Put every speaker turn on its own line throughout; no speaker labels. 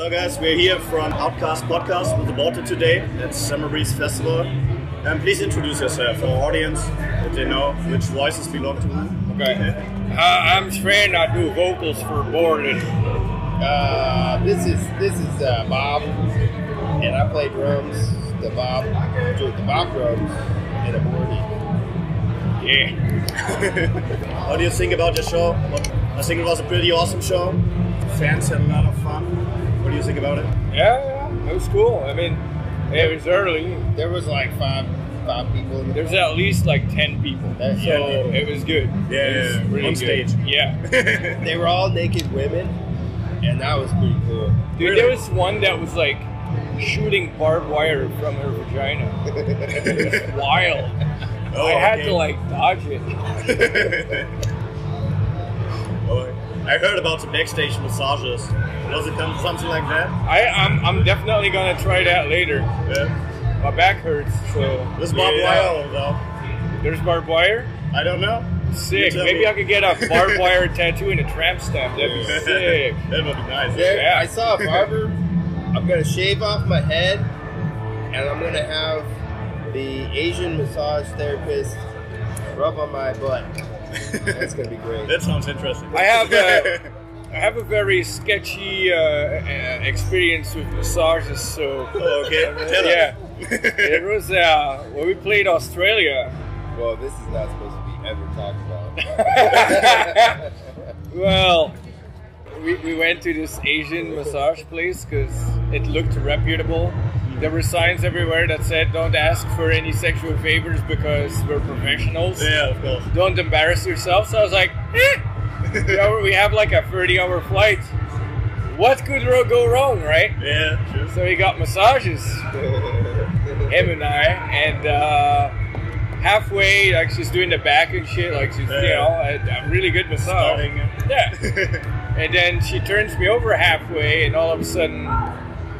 Oh, guys. We're here from Outcast Podcast with the Water today at Summer Breeze Festival. And please introduce yourself for our audience that they know which voices belong to who.
Okay. Uh, I'm Sven. I do vocals for Borden. Uh, this is this is uh, Bob, and I play drums. The Bob, the Bob drums, and a Borden. Yeah.
What do you think about the show? What- I think it was a pretty awesome show. Fans had a lot of fun. What do you think about it?
Yeah. yeah. It was cool. I mean, it was early. There was like five five people. There was at least like ten people.
That's
so
ten people.
it was good.
Yeah,
It was
yeah, yeah.
really
On
good.
stage.
Yeah.
They were all naked women, and that was pretty cool.
Dude,
Really?
there was one that was like shooting barbed wire from her vagina. It was wild.
Oh,
I had
okay.
to like dodge it.
Oh, I heard about the backstage massages. Was it kind of something like that?
I, I'm, I'm definitely gonna try that later.
Yeah.
My back hurts, so
This barbed
Yeah.
wire, though.
There's barbed wire.
I don't know. You
Sick.
tell
Maybe
me.
I could get a barbed wire tattoo and a tramp stamp. That'd be sick.
that would be nice.
There,
Yeah.
I saw a barber. I'm gonna shave off my head, and I'm gonna have the Asian massage therapist rub on my butt. That's gonna be great.
That sounds interesting.
I have a, I have a very sketchy uh, uh, experience with massages, so
Oh, okay. Tell
yeah.
us.
it was uh, when we played Australia.
Well, this is not supposed to be ever talked about.
well, we, we went to this Asian massage place because it looked reputable. There were signs everywhere that said, "Don't ask for any sexual favors because we're professionals.
yeah, of course.
Don't embarrass yourself." So I was like, eh. You know, "We have like a 30-hour flight. What could ro- go wrong, right?"
Yeah, sure.
So we got massages him and I, and uh, halfway, like she's doing the back and shit, like she's you know a, a really good
Oh.
massage.
Starting.
Yeah, and then she turns me over halfway, and all of a sudden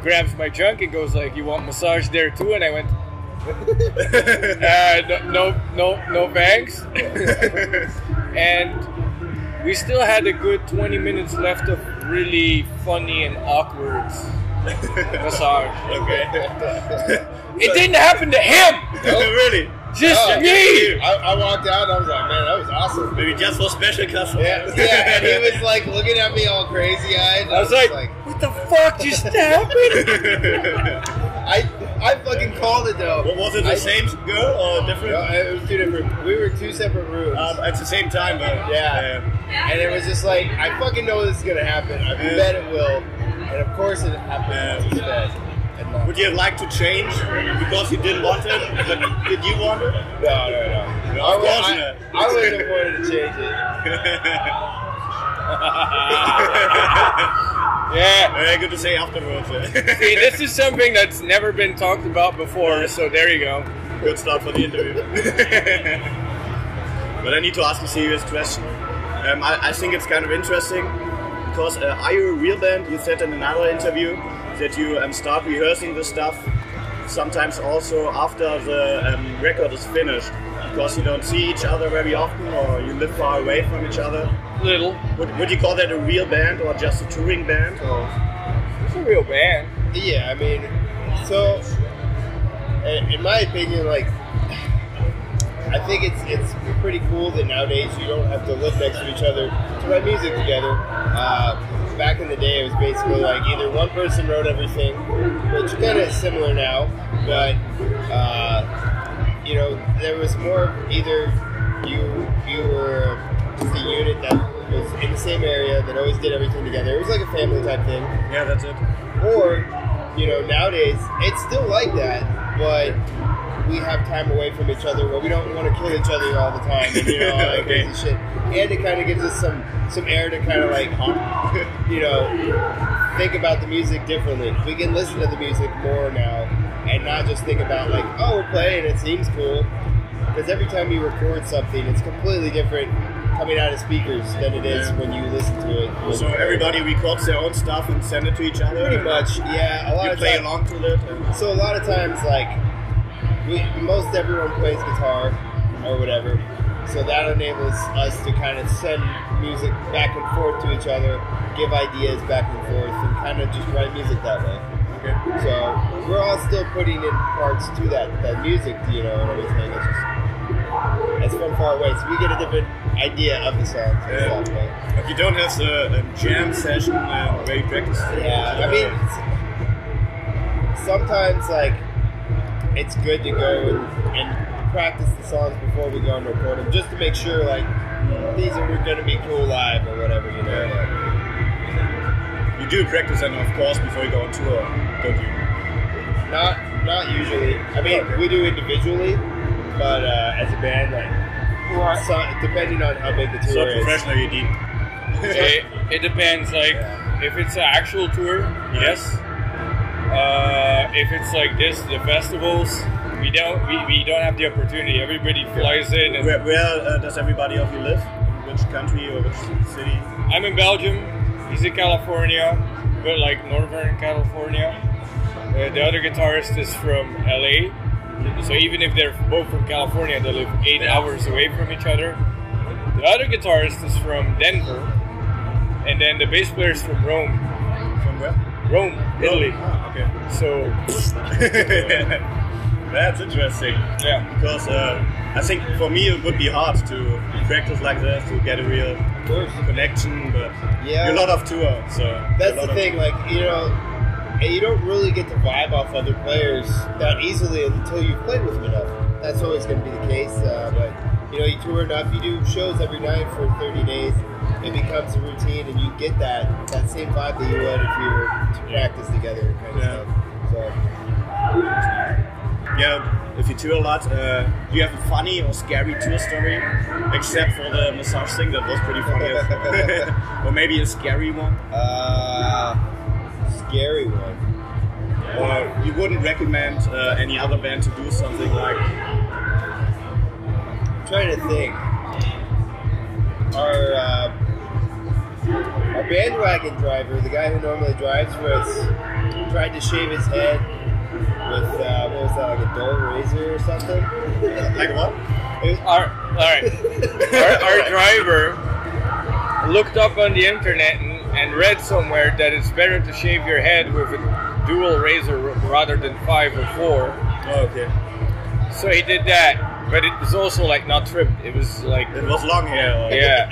grabs my junk and goes like, "You want massage there too?" And I went, uh, "No, no, no, no thanks." and we still had a good 20 minutes left of really funny and awkward massage.
okay.
It didn't happen to him,
really?
just
Oh,
me.
I, I walked out. I was like, man, that was awesome.
Maybe just for special customers.
Yeah, yeah, and he was like looking at me all crazy eyed.
I was like, what the fuck just happened?
I, I fucking called it though.
What was it? The
I-
same girl or different?
No, it was two different. We were in two separate rooms,
Um, at the same time, but
Yeah. and it was just like, I fucking know this is gonna happen. I
Yeah.
bet it will, and of course it happened.
Yeah.
Yeah. And not-
Would you have liked to change because you didn't want it? But did you want it?
no, no, no.
No,
I,
of
would,
course
I,
not.
I would have wanted to change it.
yeah.
Very good to say afterwards. eh?
See, this is something that's never been talked about before, so there you go.
Good start for the interview. but I need to ask a serious question. Um, I, I think it's kind of interesting because uh, are you a real band? You said in another interview that you um, start rehearsing this stuff sometimes also after the um, record is finished because you don't see each other very often or you live far away from each other.
Little.
Would, would you call that a real band or just a touring band?
So,
It's a real band.
Yeah, I mean, so in in my opinion, like I think it's it's pretty cool that nowadays you don't have to live next to each other to write music together. Uh, back in the day, it was basically like either one person wrote everything, which kind of is similar now, but uh, you know there was more either you you were just a unit that was in the same area that always did everything together. It was like a family type thing
Yeah, that's it.
or you know nowadays it's still like that but we have time away from each other where we don't want to kill each other all the time and, you know all that
Okay.
crazy shit and it kind of gives us some some air to kind of like you know think about the music differently we can listen to the music more now and not just think about like oh we're playing it seems cool because every time you record something it's completely different coming out of speakers than it is
Yeah.
when you listen to it
So everybody records their own stuff and send it to each other.
pretty much yeah a lot
You
of
play
time-
along to it. and-
So a lot of times, like we, most everyone plays guitar or whatever, So that enables us to kind of send music back and forth to each other, give ideas back and forth, and kind of just write music that way.
Okay.
So we're all still putting in parts to that that music, you know, and everything. It's just it's from far away, so we get a different idea of the songs and
Yeah.
stuff. But,
But you don't have the um, jam session uh, where you practice.
yeah, I mean, it's, sometimes like it's good to go and, and practice the songs before we go and record them, just to make sure like these are going to be cool live or whatever, you know. Like,
you do practice them, of course, before you go on tour, don't you?
Not not usually. I mean, we do individually, but uh, as a band, like so, depending on how big the
So
tour is.
professional you need.
it, it depends. Like, if it's an actual tour, yes. Uh, if it's like this, the festivals, we don't we, we don't have the opportunity. Everybody flies in, and
Where, where uh, does everybody of you live? In which country or which city?
I'm in Belgium. He's in California, but like Northern California. Uh, the other guitarist is from LA. So even if they're both from California, they live eight hours away from each other. The other guitarist is from Denver, and then the bass player is from Rome,
From where?
Rome, Italy.
Ah, okay.
So
That's interesting.
yeah,
Because uh, I think for me it would be hard to practice like that to get a real connection, but
Yeah.
you're a lot of tour, so
That's
you're a lot
the
of-
thing, like you know, and you don't really get to vibe off other players that easily until you've played with them enough. That's always going to be the case. Uh, but you know, you tour enough, you do shows every night for 30 days. It becomes a routine, and you get that that same vibe that you would if you were to practice together, kind of
Yeah.
stuff. So
Yeah, if you tour a lot, uh, do you have a funny or scary tour story? Except for the massage thing, that was pretty funny. or maybe a scary one.
uh, scary one.
Or you wouldn't recommend uh, any other band to do something like.
I'm trying to think. Our uh, our bandwagon driver, the guy who normally drives for us, tried to shave his head with uh, what was that, like a dull razor or something?
Like what?
It was,
our all right. Our, our driver looked up on the internet and, and read somewhere that it's better to shave your head with a dual razor rather than five or four.
Oh, okay.
So he did that, but it was also like not trimmed. It was like
It was long hair, or
yeah,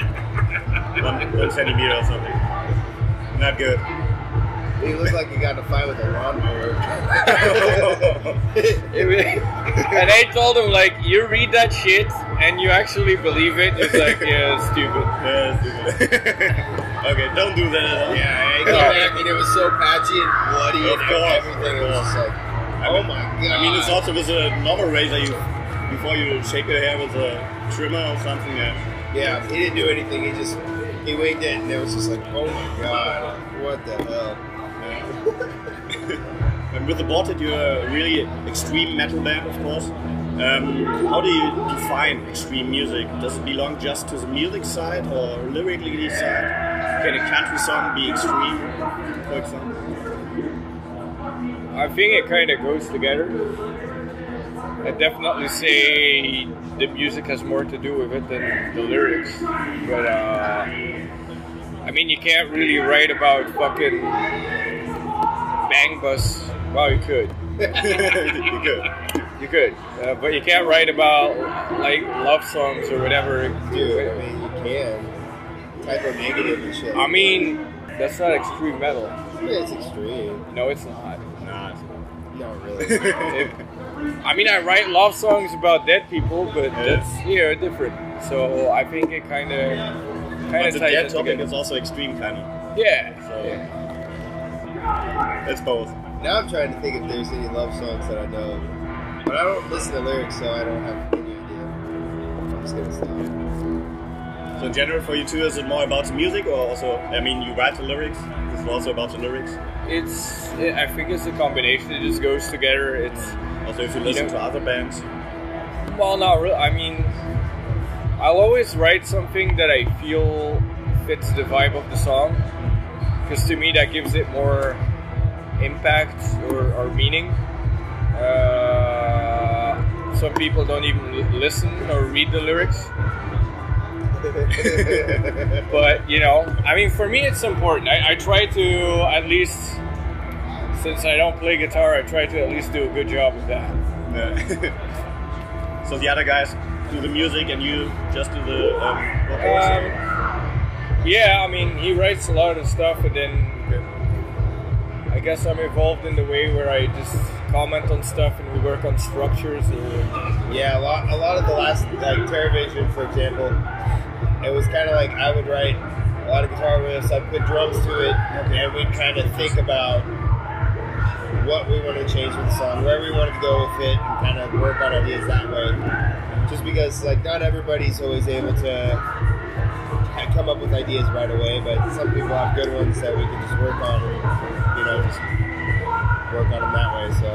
one, one centimeter or something. Not good.
he looked like he got in a fight with a lawnmower.
It was- and I told him like you read that shit and you actually believe it. It's like yeah, it's stupid.
Yeah, it's stupid. okay, don't do that at all.
Yeah, he came back and it was so patchy and bloody
Of
and
course.
everything. It was just like,
I
oh
mean-
my god!
I mean, it's also with a normal razor. You before you shake your hair with a trimmer or something. Yeah.
Yeah, he didn't do anything. He just he waved it, and it was just like, oh my god, what the hell?
And with the Bolted, you're a really extreme metal band, of course. Um, how do you define extreme music? Does it belong just to the music side or lyrically side? Can a country song be extreme, for example?
I think it kind of goes together. I definitely say the music has more to do with it than the lyrics. But uh, I mean, you can't really write about fucking bang bus. Well, you could,
you could.
you could, uh, but you can't write about like love songs or whatever.
Dude, I mean, you can type of negative and shit.
I mean, that's not extreme metal.
Yeah, it's extreme.
No, it's not.
Nah, it's
No, really.
If- I mean, I write love songs about dead people, but
Yeah.
that's you know different. So I think it kind of kind
but
of
the
ties
dead
it
topic
together.
is also extreme, kind of.
Yeah.
So-
yeah.
It's both.
now I'm trying to think if there's any love songs that I know, of. but I don't listen to lyrics, so I don't have any idea. I'm just gonna stop.
So in general, for you two, is it more about the music or also? I mean, you write the lyrics. Is it also about the lyrics?
It's it, I think it's a combination. It just goes together. It's
Also, if you listen
know-
to other bands,
well, not really. I mean, I'll always write something that I feel fits the vibe of the song, because to me that gives it more impact or, or meaning. Uh, Some people don't even l- listen or read the lyrics. but you know, I mean, for me, it's important. I, I try to at least, since I don't play guitar, I try to at least do a good job of that.
Yeah. so the other guys do the music and you just do the um, vocals.
Um, yeah, I mean, he writes a lot of stuff, and then I guess I'm involved in the way where I just comment on stuff and we work on structures. Or,
Yeah, a lot, a lot of the last, like TerraVision, for example, it was kind of like I would write a lot of guitar riffs, I'd put drums to it, and we'd kind of think about what we want to change with the song, where we wanted to go with it, and kind of work on ideas that way. Just because, like, not everybody's always able to kind of come up with ideas right away, but some people have good ones that we can just work on, and, you know, just work on them that way, so.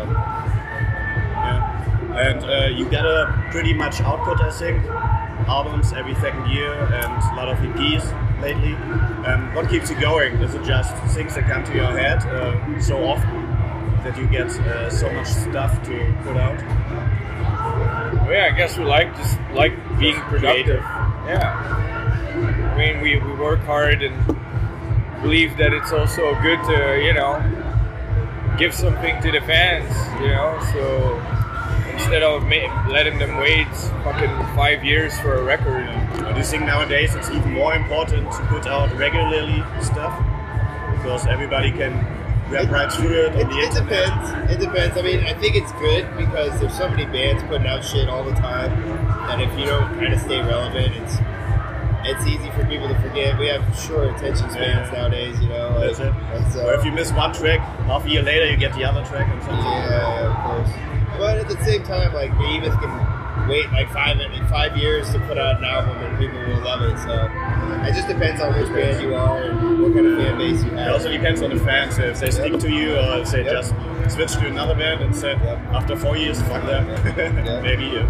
Yeah. And uh, you get a pretty much output, I think. Albums every second year and a lot of EPs lately. Um, what keeps you going? Is it just things that come to your head uh, so often that you get uh, so much stuff to put out?
Well, yeah, I guess we like just like being productive. Yeah, I mean, we, we work hard and believe that it's also good to you know give something to the fans. You know, so instead of ma- letting them wait fucking five years for a record.
Or do you think nowadays it's even more important to put out regularly stuff? Because everybody can grab right through it on
It,
the
it
internet.
depends. It depends. I mean, I think it's good because there's so many bands putting out shit all the time that if you don't kind of stay relevant, it's it's easy for people to forget. We have short attention spans
Yeah.
nowadays, you know. Like,
That's it.
and so-
Or if you miss one track, half a year later you get the other track and something.
yeah, of course. But at the same time, like Behemoth can wait like five in five years to put out an album and people will love it. So it just depends on which band you are and what kind of fan base you
It
have.
also depends on the fans if they stick to you or if they
Yep.
just switch to another band and said
Yep.
after four years, fuck them.
Yeah.
Maybe. Yeah.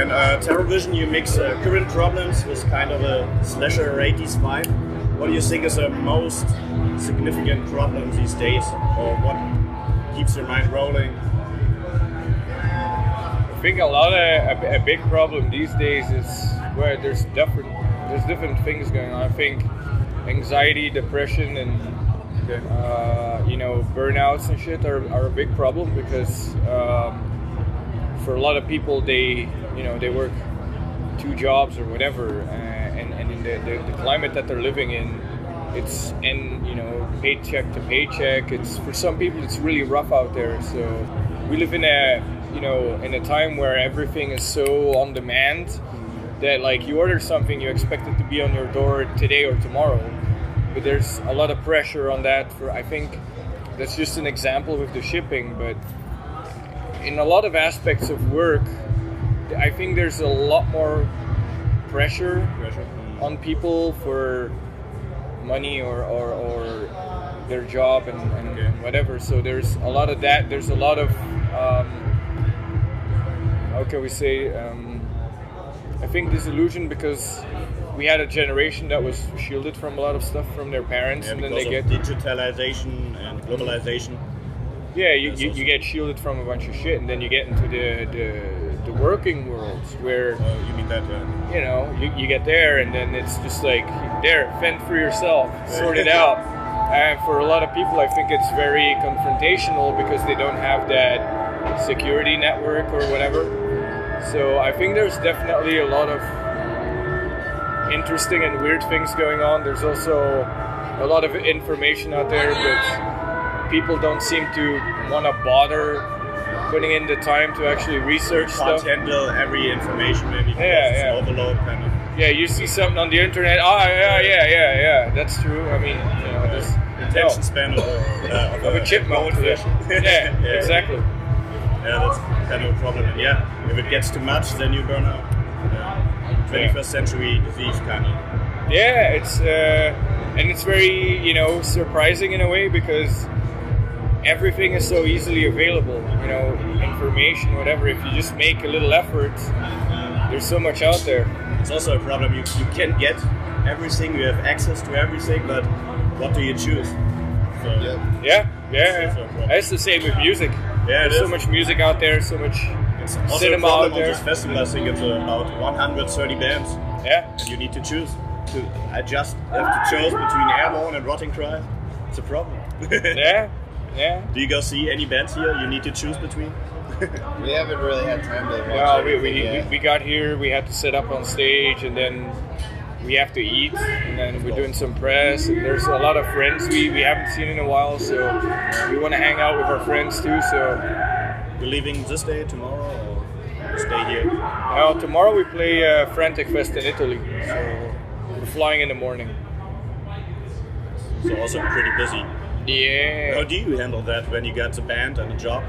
And uh, Terrorvision, you mix uh, current problems with kind of a slasher 80s vibe. What do you think is the most significant problem these days, or what keeps your mind rolling?
I think a lot of a, a big problem these days is where there's different there's different things going on. I think anxiety, depression, and uh, you know, burnouts and shit are, are a big problem because um, for a lot of people, they, you know, they work two jobs or whatever, uh, and, and in the, the, the climate that they're living in, it's, and, you know, paycheck to paycheck, it's, for some people, it's really rough out there. So we live in a, you know, in a time where everything is so on demand that, like, you order something, you expect it to be on your door today or tomorrow but there's a lot of pressure on that for i think that's just an example with the shipping but in a lot of aspects of work i think there's a lot more pressure on people for money or, or, or their job and, and, and whatever so there's a lot of that there's a lot of um, how can we say um, I think disillusion because we had a generation that was shielded from a lot of stuff from their parents,
Yeah,
and then
because
they get
of digitalization and globalization.
yeah, you,
That's
you,
also-
you get shielded from a bunch of shit, and then you get into the the, the working world where
Oh, you mean that? Uh,
you know you, you get there, and then it's just like there, fend for yourself, sort it out. And for a lot of people, I think it's very confrontational because they don't have that security network or whatever. So I think there's definitely a lot of interesting and weird things going on. There's also a lot of information out there, but people don't seem to want to bother putting in the time to actually research
can't
stuff.
handle every information, maybe. because
Yeah,
it's
yeah.
Overload, kind of.
Yeah, you see something on the internet. Oh, yeah, yeah, yeah, yeah. That's true. I mean, you know, there's
attention span of, uh,
no, of a chipmunk.
goldfish.
Yeah, exactly.
Yeah, that's kind of a problem. And yeah, if it gets too much, then you burn out. Yeah. 21st century disease, kind of.
Yeah, it's uh, and it's very you know surprising in a way because everything is so easily available. You know, information, whatever. If you just make a little effort, there's so much out there.
It's also a problem. You, you can get everything, you have access to everything, but what do you choose? So,
Yep.
Yeah, yeah. That's the same with music.
Yeah, it
there's so
is.
much music out there, so much
It's also
Cinema
a
out
problem on
there.
this festival. I think it's about 130 bands,
Yeah.
and you need to choose. To I just have to choose between Airborne and Rotting Cry. It's a problem.
Yeah. Yeah.
Do you go see any bands here? You need to choose between.
We haven't really had time to watch
Well, we,
everything
we,
yet.
we, we got here, we had to sit up on stage, and then we have to eat, and then we're doing some press. And there's a lot of friends we, we haven't seen in a while, so we want to hang out with our friends too. So
You're leaving this day tomorrow, or stay here.
now tomorrow we play uh, Frantic Fest in Italy, so we're flying in the morning.
So also pretty busy. How
Yeah.
do you handle that when you got a band and a job?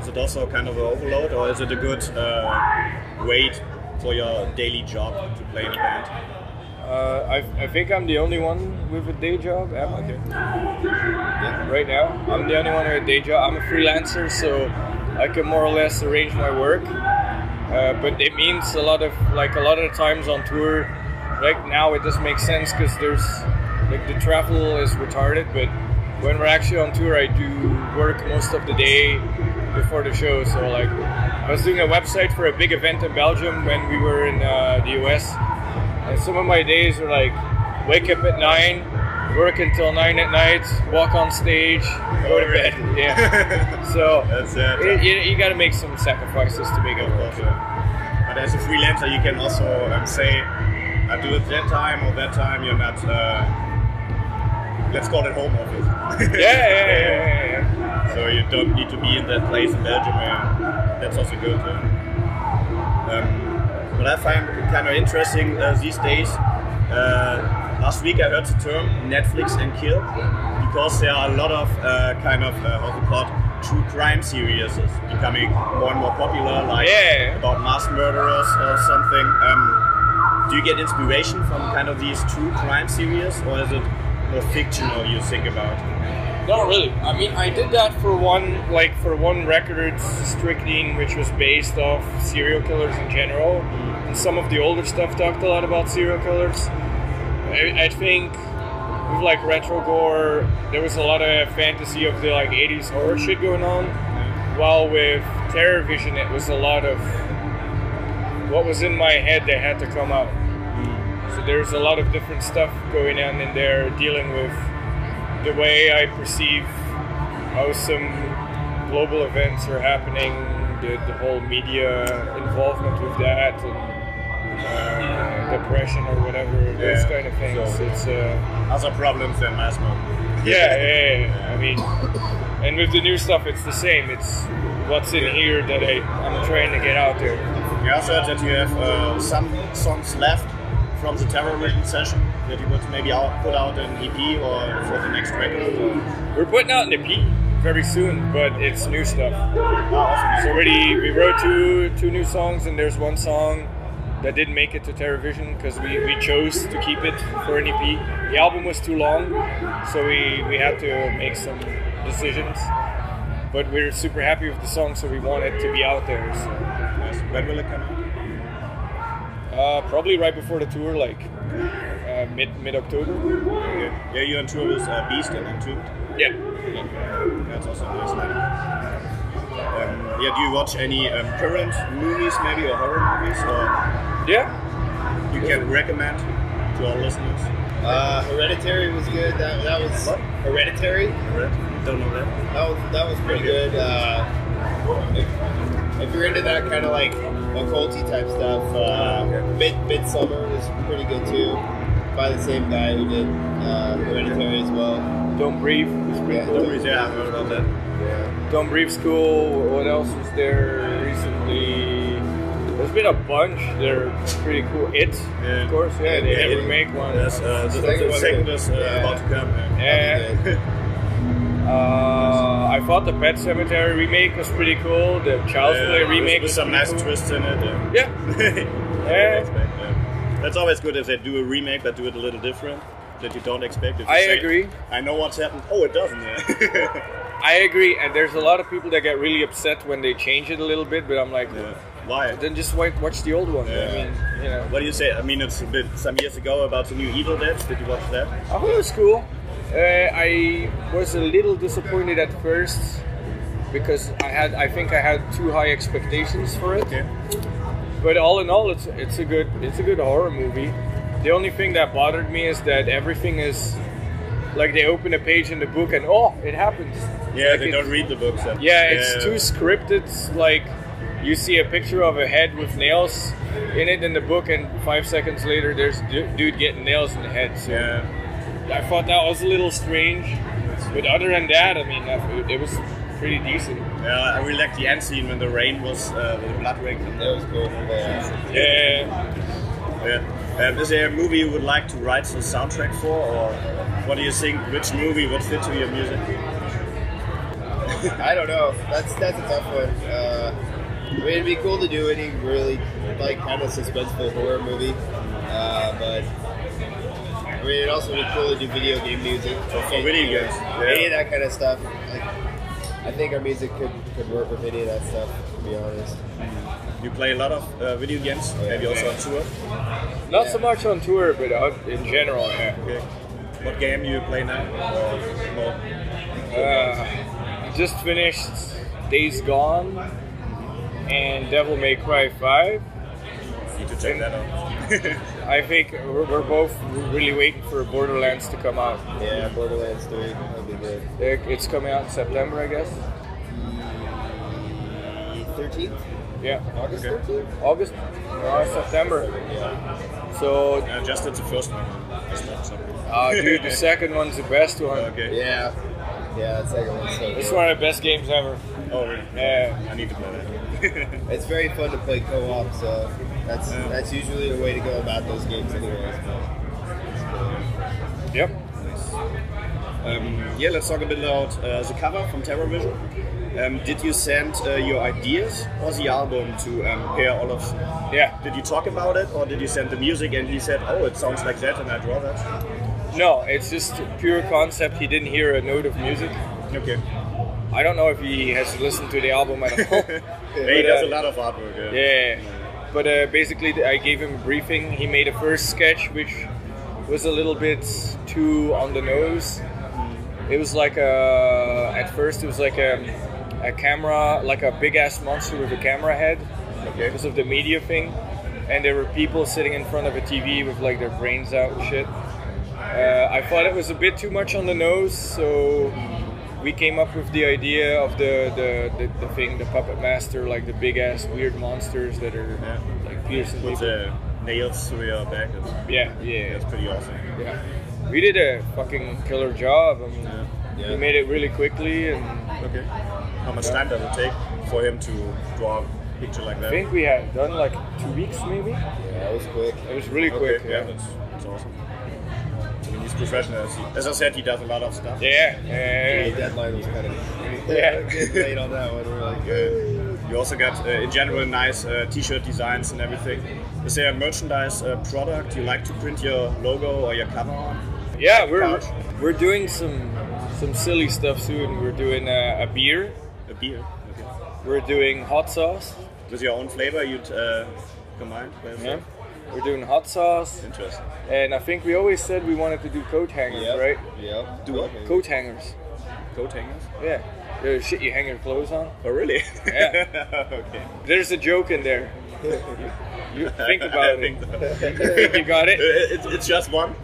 Is it also kind of an overload, or is it a good uh, weight for your daily job to play in a band?
Uh, I, I think I'm the only one with a day job. Am I? Right now, I'm the only one with a day job. I'm a freelancer, so I can more or less arrange my work. Uh, but it means a lot of like a lot of times on tour. Right now, it doesn't make sense because there's like the travel is retarded. But when we're actually on tour, I do work most of the day before the show. So like, I was doing a website for a big event in Belgium when we were in uh, the US. And some of my days are like wake up at nine, work until nine at night, walk on stage, go to bed. Yeah. So
That's it.
it, you, you got to make some sacrifices to make it work.
But as a freelancer, you can also um, say, I do it that time or that time. You're not. Uh, let's call it home office.
Yeah, yeah, yeah, yeah, yeah.
So you don't need to be in that place in Belgium. Yeah. That's also good. yeah. Um, what I find kind of interesting uh, these days, uh, last week I heard the term Netflix and kill because there are a lot of uh, kind of uh, how to call it, true crime series becoming more and more popular, like
Yeah.
about mass murderers or something. Um, do you get inspiration from kind of these true crime series, or is it more fictional you think about?
Not really. I mean, I did that for one, like for one record, Strychnine, which was based off serial killers in general, and some of the older stuff talked a lot about serial killers. I, I think with like retro gore, there was a lot of fantasy of the like '80s horror shit going on. While with Terror Vision, it was a lot of what was in my head that had to come out. So there's a lot of different stuff going on in there, dealing with the way I perceive how some global events are happening, the, the whole media involvement with that, and uh, depression or whatever, those
Yeah,
kind of things.
so-
It's uh,
other problems than mass murder.
yeah, yeah, yeah. I mean, and with the new stuff, it's the same. It's what's in here that I, I'm trying to get out there.
You also heard that you have uh, some songs left from the Terror Vision session that you would maybe out, put out an EP or for the next record. Or,
We're putting out an EP very soon, but it's new stuff.
Ah, awesome.
So already we wrote two two new songs and there's one song that didn't make it to TerraVision because we, we chose to keep it for an EP. The album was too long, so we, we had to make some decisions. But we're super happy with the song, so we want it to be out there. So.
Nice. When will it come out?
Uh, probably right before the tour, like uh, mid mid October.
Yeah, yeah you're on tour with uh, Beast and Entombed.
Yeah.
That's also a nice lineup. Um, yeah, do you watch any um, current movies, maybe, or horror movies, or
Yeah.
you can recommend to our listeners?
Uh, Hereditary was good. That, that was
What?
Hereditary.
Don't know that.
That was that was pretty good. Uh, if, if you're into that kind of like occulty type stuff, uh, Mid Midsummer was pretty good too, by the same guy who did uh, Hereditary as well.
Don't breathe. was pretty
Yeah,
cool.
Don't
Don't really, yeah, I've heard about that.
Don't Breathe School. What else was there recently? There's been a bunch. They're pretty cool. It,
Yeah.
of course. Yeah, they
Yeah,
had to
It.
make one.
Yes, uh, the,
Second
the
one.
second is uh,
Yeah.
about to come. yeah.
Yeah. Uh, I thought the Pet Cemetery remake was pretty cool. The Child's
Yeah,
Play
with-
remake
with
was
some
pretty
nice
cool.
twists in it. Yeah.
Yeah.
yeah. that's great, yeah. That's always good if they do a remake but do it a little different that you don't expect. If you
I
say,
agree.
I know what's happened. Oh, it doesn't. Yeah.
I agree. And there's a lot of people that get really upset when they change it a little bit. But I'm like,
Yeah. Why?
then just wait, watch the old one. I
Yeah.
mean, you know.
What do you say? I mean, it's a bit some years ago about the new Evil Dead. Did you watch that?
I thought it was cool. Uh, I was a little disappointed at first because I had I think I had too high expectations for it.
Okay.
But all in all, it's it's a good it's a good horror movie. The only thing that bothered me is that everything is like they open a page in the book and oh, it happens.
Yeah,
Like
they
it-
don't read the books. then.
Yeah, it's too scripted. Like you see a picture of a head with nails in it in the book, and five seconds later, there's du- dude getting nails in the head. So
Yeah.
I thought that was a little strange. But other than that, I mean, I- it, it was pretty decent.
Yeah, I really like the end scene when the rain was, uh, when the blood rain came
That was cool. Yeah.
Yeah.
Yeah. Um, is there a movie you would like to write the soundtrack for, or what do you think? Which movie would fit to your music?
I don't know. That's that's a tough one. Uh, I mean, it'd be cool to do any really like kind of suspenseful horror movie, uh, but I mean, it'd also be cool to do video game music or
Oh, video games, yeah.
any of that kind of stuff. Like, I think our music could could work with any of that stuff. To be honest,
You play a lot of uh, video games,
Oh,
maybe also on tour.
Not so much on tour, but uh, in general, yeah.
Okay. What game do you play now? Or more?
Uh, I just finished Days Gone and Devil May Cry 5.
Need to check that out.
I think we're, we're both really waiting for Borderlands to come out.
yeah, Borderlands Three that'd be good.
It- It's coming out in September, I guess.
E Thirteenth,
Yeah,
August
Okay.
thirteenth.
August or September.
Yeah.
So,
uh, just did the first one. Just not so good.
uh, dude, the second one's the best one.
okay.
Yeah. Yeah. That second one's so.
It's
cool.
one of the best games ever.
Oh, really?
Yeah.
I need to play that.
It's very fun to play co-op, so that's
Yeah.
that's usually the way to go about those games, anyways.
Yep.
Um, yeah, let's talk a bit about uh, the cover from Terror Vision. Um, did you send uh, your ideas or the album to um, Per Olofsson?
Yeah.
Did you talk about it or did you send the music and he said, oh, it sounds like that and I draw that?
No, it's just pure concept. He didn't hear a note of music.
Okay.
I don't know if he has listened to the album at all.
he
But,
does
uh,
a lot of artwork. Yeah.
yeah. But uh, basically, th- I gave him a briefing. He made a first sketch, which was a little bit too on the nose. It was like a. At first, it was like a, a camera, like a big ass monster with a camera head
Okay.
because of the media thing. And there were people sitting in front of a TV with like their brains out and shit. Uh, I thought it was a bit too much on the nose, so we came up with the idea of the, the, the, the thing, the puppet master, like the big ass weird monsters that are
Yeah.
like piercing
With
people.
the nails through your back. It's,
Yeah, yeah,
it's pretty awesome.
yeah. We did a fucking killer job. I mean,
Yeah.
we made it really quickly, and
Okay. How much time does it take for him to draw a picture like
I
that?
think we had done like two weeks maybe.
Yeah, it was quick.
It was really
Okay,
quick.
yeah, that's, that's awesome. I mean, he's professional. As, he, as I said, he does a lot of stuff.
Yeah, yeah,
The
yeah.
deadline was kind of
Yeah.
late on that one. We're like,
Uh, you also got, uh, in general, nice uh, T-shirt designs and everything. Is there a merchandise uh, product you like to print your logo or your cover on?
Yeah, we're
Couch.
we're doing some some silly stuff soon. We're doing a, a beer.
A beer. Okay.
We're doing hot sauce.
With your own flavor, you'd uh, combine. with-
Yeah. We're doing hot sauce,
Interesting.
and I think we always said we wanted to do coat hangers,
yep,
right?
Yep.
Do what?
Okay.
Coat hangers.
Coat hangers.
Yeah. The shit you hang your clothes on.
Oh, really?
Yeah.
okay.
There's a joke in there. You, you think
I
about
think
it.
so.
You think you got
Uh,
it?
it's, it's just one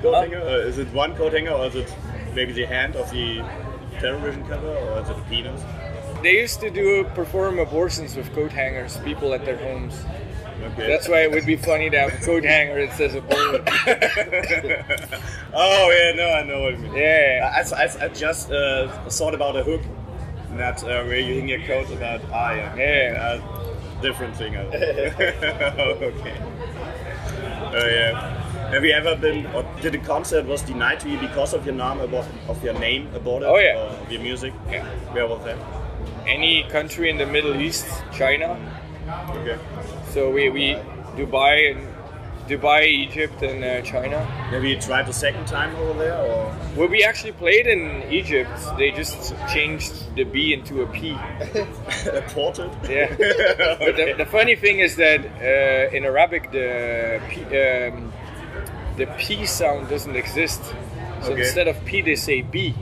coat
Huh?
hanger. Uh, is it one coat hanger, or is it maybe the hand of the television cover, or is it a penis?
They used to do perform abortions with coat hangers, people at their homes.
Okay.
That's why it would be funny to have a coat hanger that says abortion.
oh yeah, no, I know what you mean.
Yeah.
I, I, I- I just uh, thought about a hook that uh, where you hang your coat about ah yeah,
Yeah.
Uh, different thing. I think. okay. Oh yeah. Have you ever been or did a concert was denied to you because of your name about of your name about it?
Oh, yeah.
Or of your music.
Yeah.
Where was that?
Any country in the Middle East, China.
Okay.
So we, we Dubai and Dubai, Egypt, and uh, China.
Have you tried a second time over there or?
Well, we actually played in Egypt. They just changed the B into a P.
Ported?
Yeah. But the, the funny thing is that uh, in Arabic, the P, um, the P sound doesn't exist. So
Okay.
instead of P, they say B.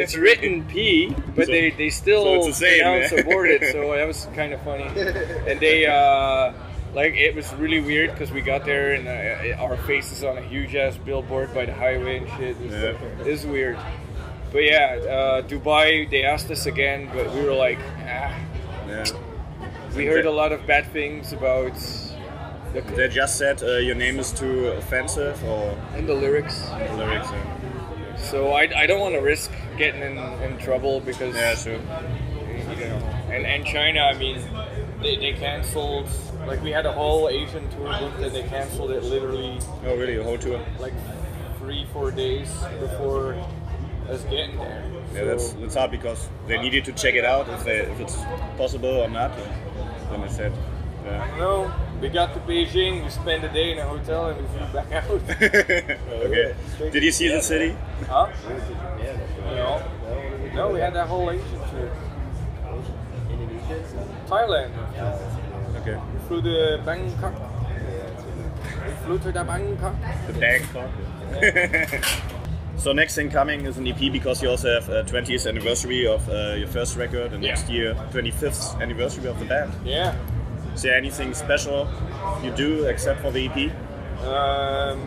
It's written P, but
So-
they, they still
so it's the same,
pronounce
man.
aborted, so that was kind of funny. And they, uh, like, it was really weird because we got there and uh, our faces on a huge ass billboard by the highway and shit. It's,
Yeah.
it's weird. But yeah, uh, Dubai, they asked us again, but we were like, ah.
Yeah.
We heard a lot of bad things about the,
They just said uh, your name is too offensive or
and the lyrics.
lyrics. uh, And,
So I, I don't want to risk getting in, in trouble because
yeah, sure.
you know, and and China, I mean, they, they canceled like we had a whole Asian tour booked and they canceled it literally
Oh, really? A whole tour?
like three four days before us getting there.
Yeah, that's
So-
that's hard because they needed to check it out if they if it's possible or not. Then I said, yeah.
no. We got to Beijing, we spent a day in a hotel, and we flew back out.
okay. Did you see the city?
huh?
Yeah.
No. No, we had that whole Asian tour.
Indonesia.
Thailand.
Okay.
We flew to Bangkok. We flew to the Bangkok.
The bank. so next thing coming is an EP because you also have uh, 20th anniversary of uh, your first record and
Yeah.
next year 25th anniversary of the band.
Yeah.
Is there anything special you do except for the E EP?
Um,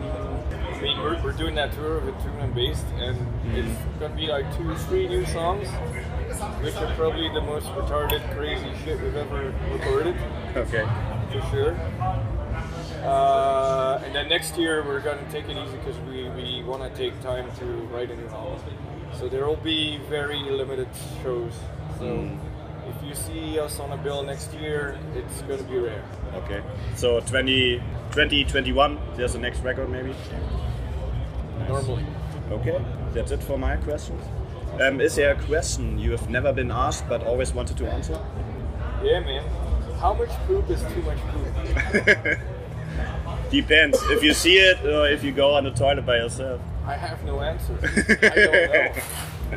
I mean, we're, we're doing that tour with Tune and Based, and it's gonna be like two, three new songs, which are probably the most retarded, crazy shit we've ever recorded,
Okay.
for sure. Uh, and then next year we're gonna take it easy because we, we want to take time to write a new album. So there will be very limited shows. So if you see us on a bill next year, it's gonna be rare.
Okay. So 20, 2021, there's the next record maybe.
Normally.
Okay. That's it for my questions. Um, is there a question you have never been asked but always wanted to answer?
Yeah, man. How much poop is too much poop?
Depends. if you see it or if you go on the toilet by yourself.
I have no answer. I don't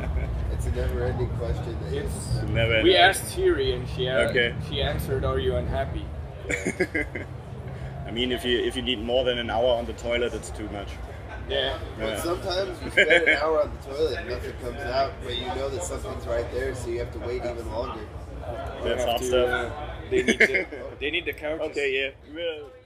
know.
It's a never-ending question. that you-
It's
Never.
we asked Siri and she uh,
Okay.
she answered, "Are you unhappy?"
I mean, if you if you need more than an hour on the toilet, it's too much.
Yeah.
But
Yeah.
sometimes you spend an hour on the toilet and nothing comes out, but you know that something's right there, so you have to wait even longer.
We'll
That's
have
hard
to,
stuff.
uh, they need the, they need the couches.
Okay, yeah.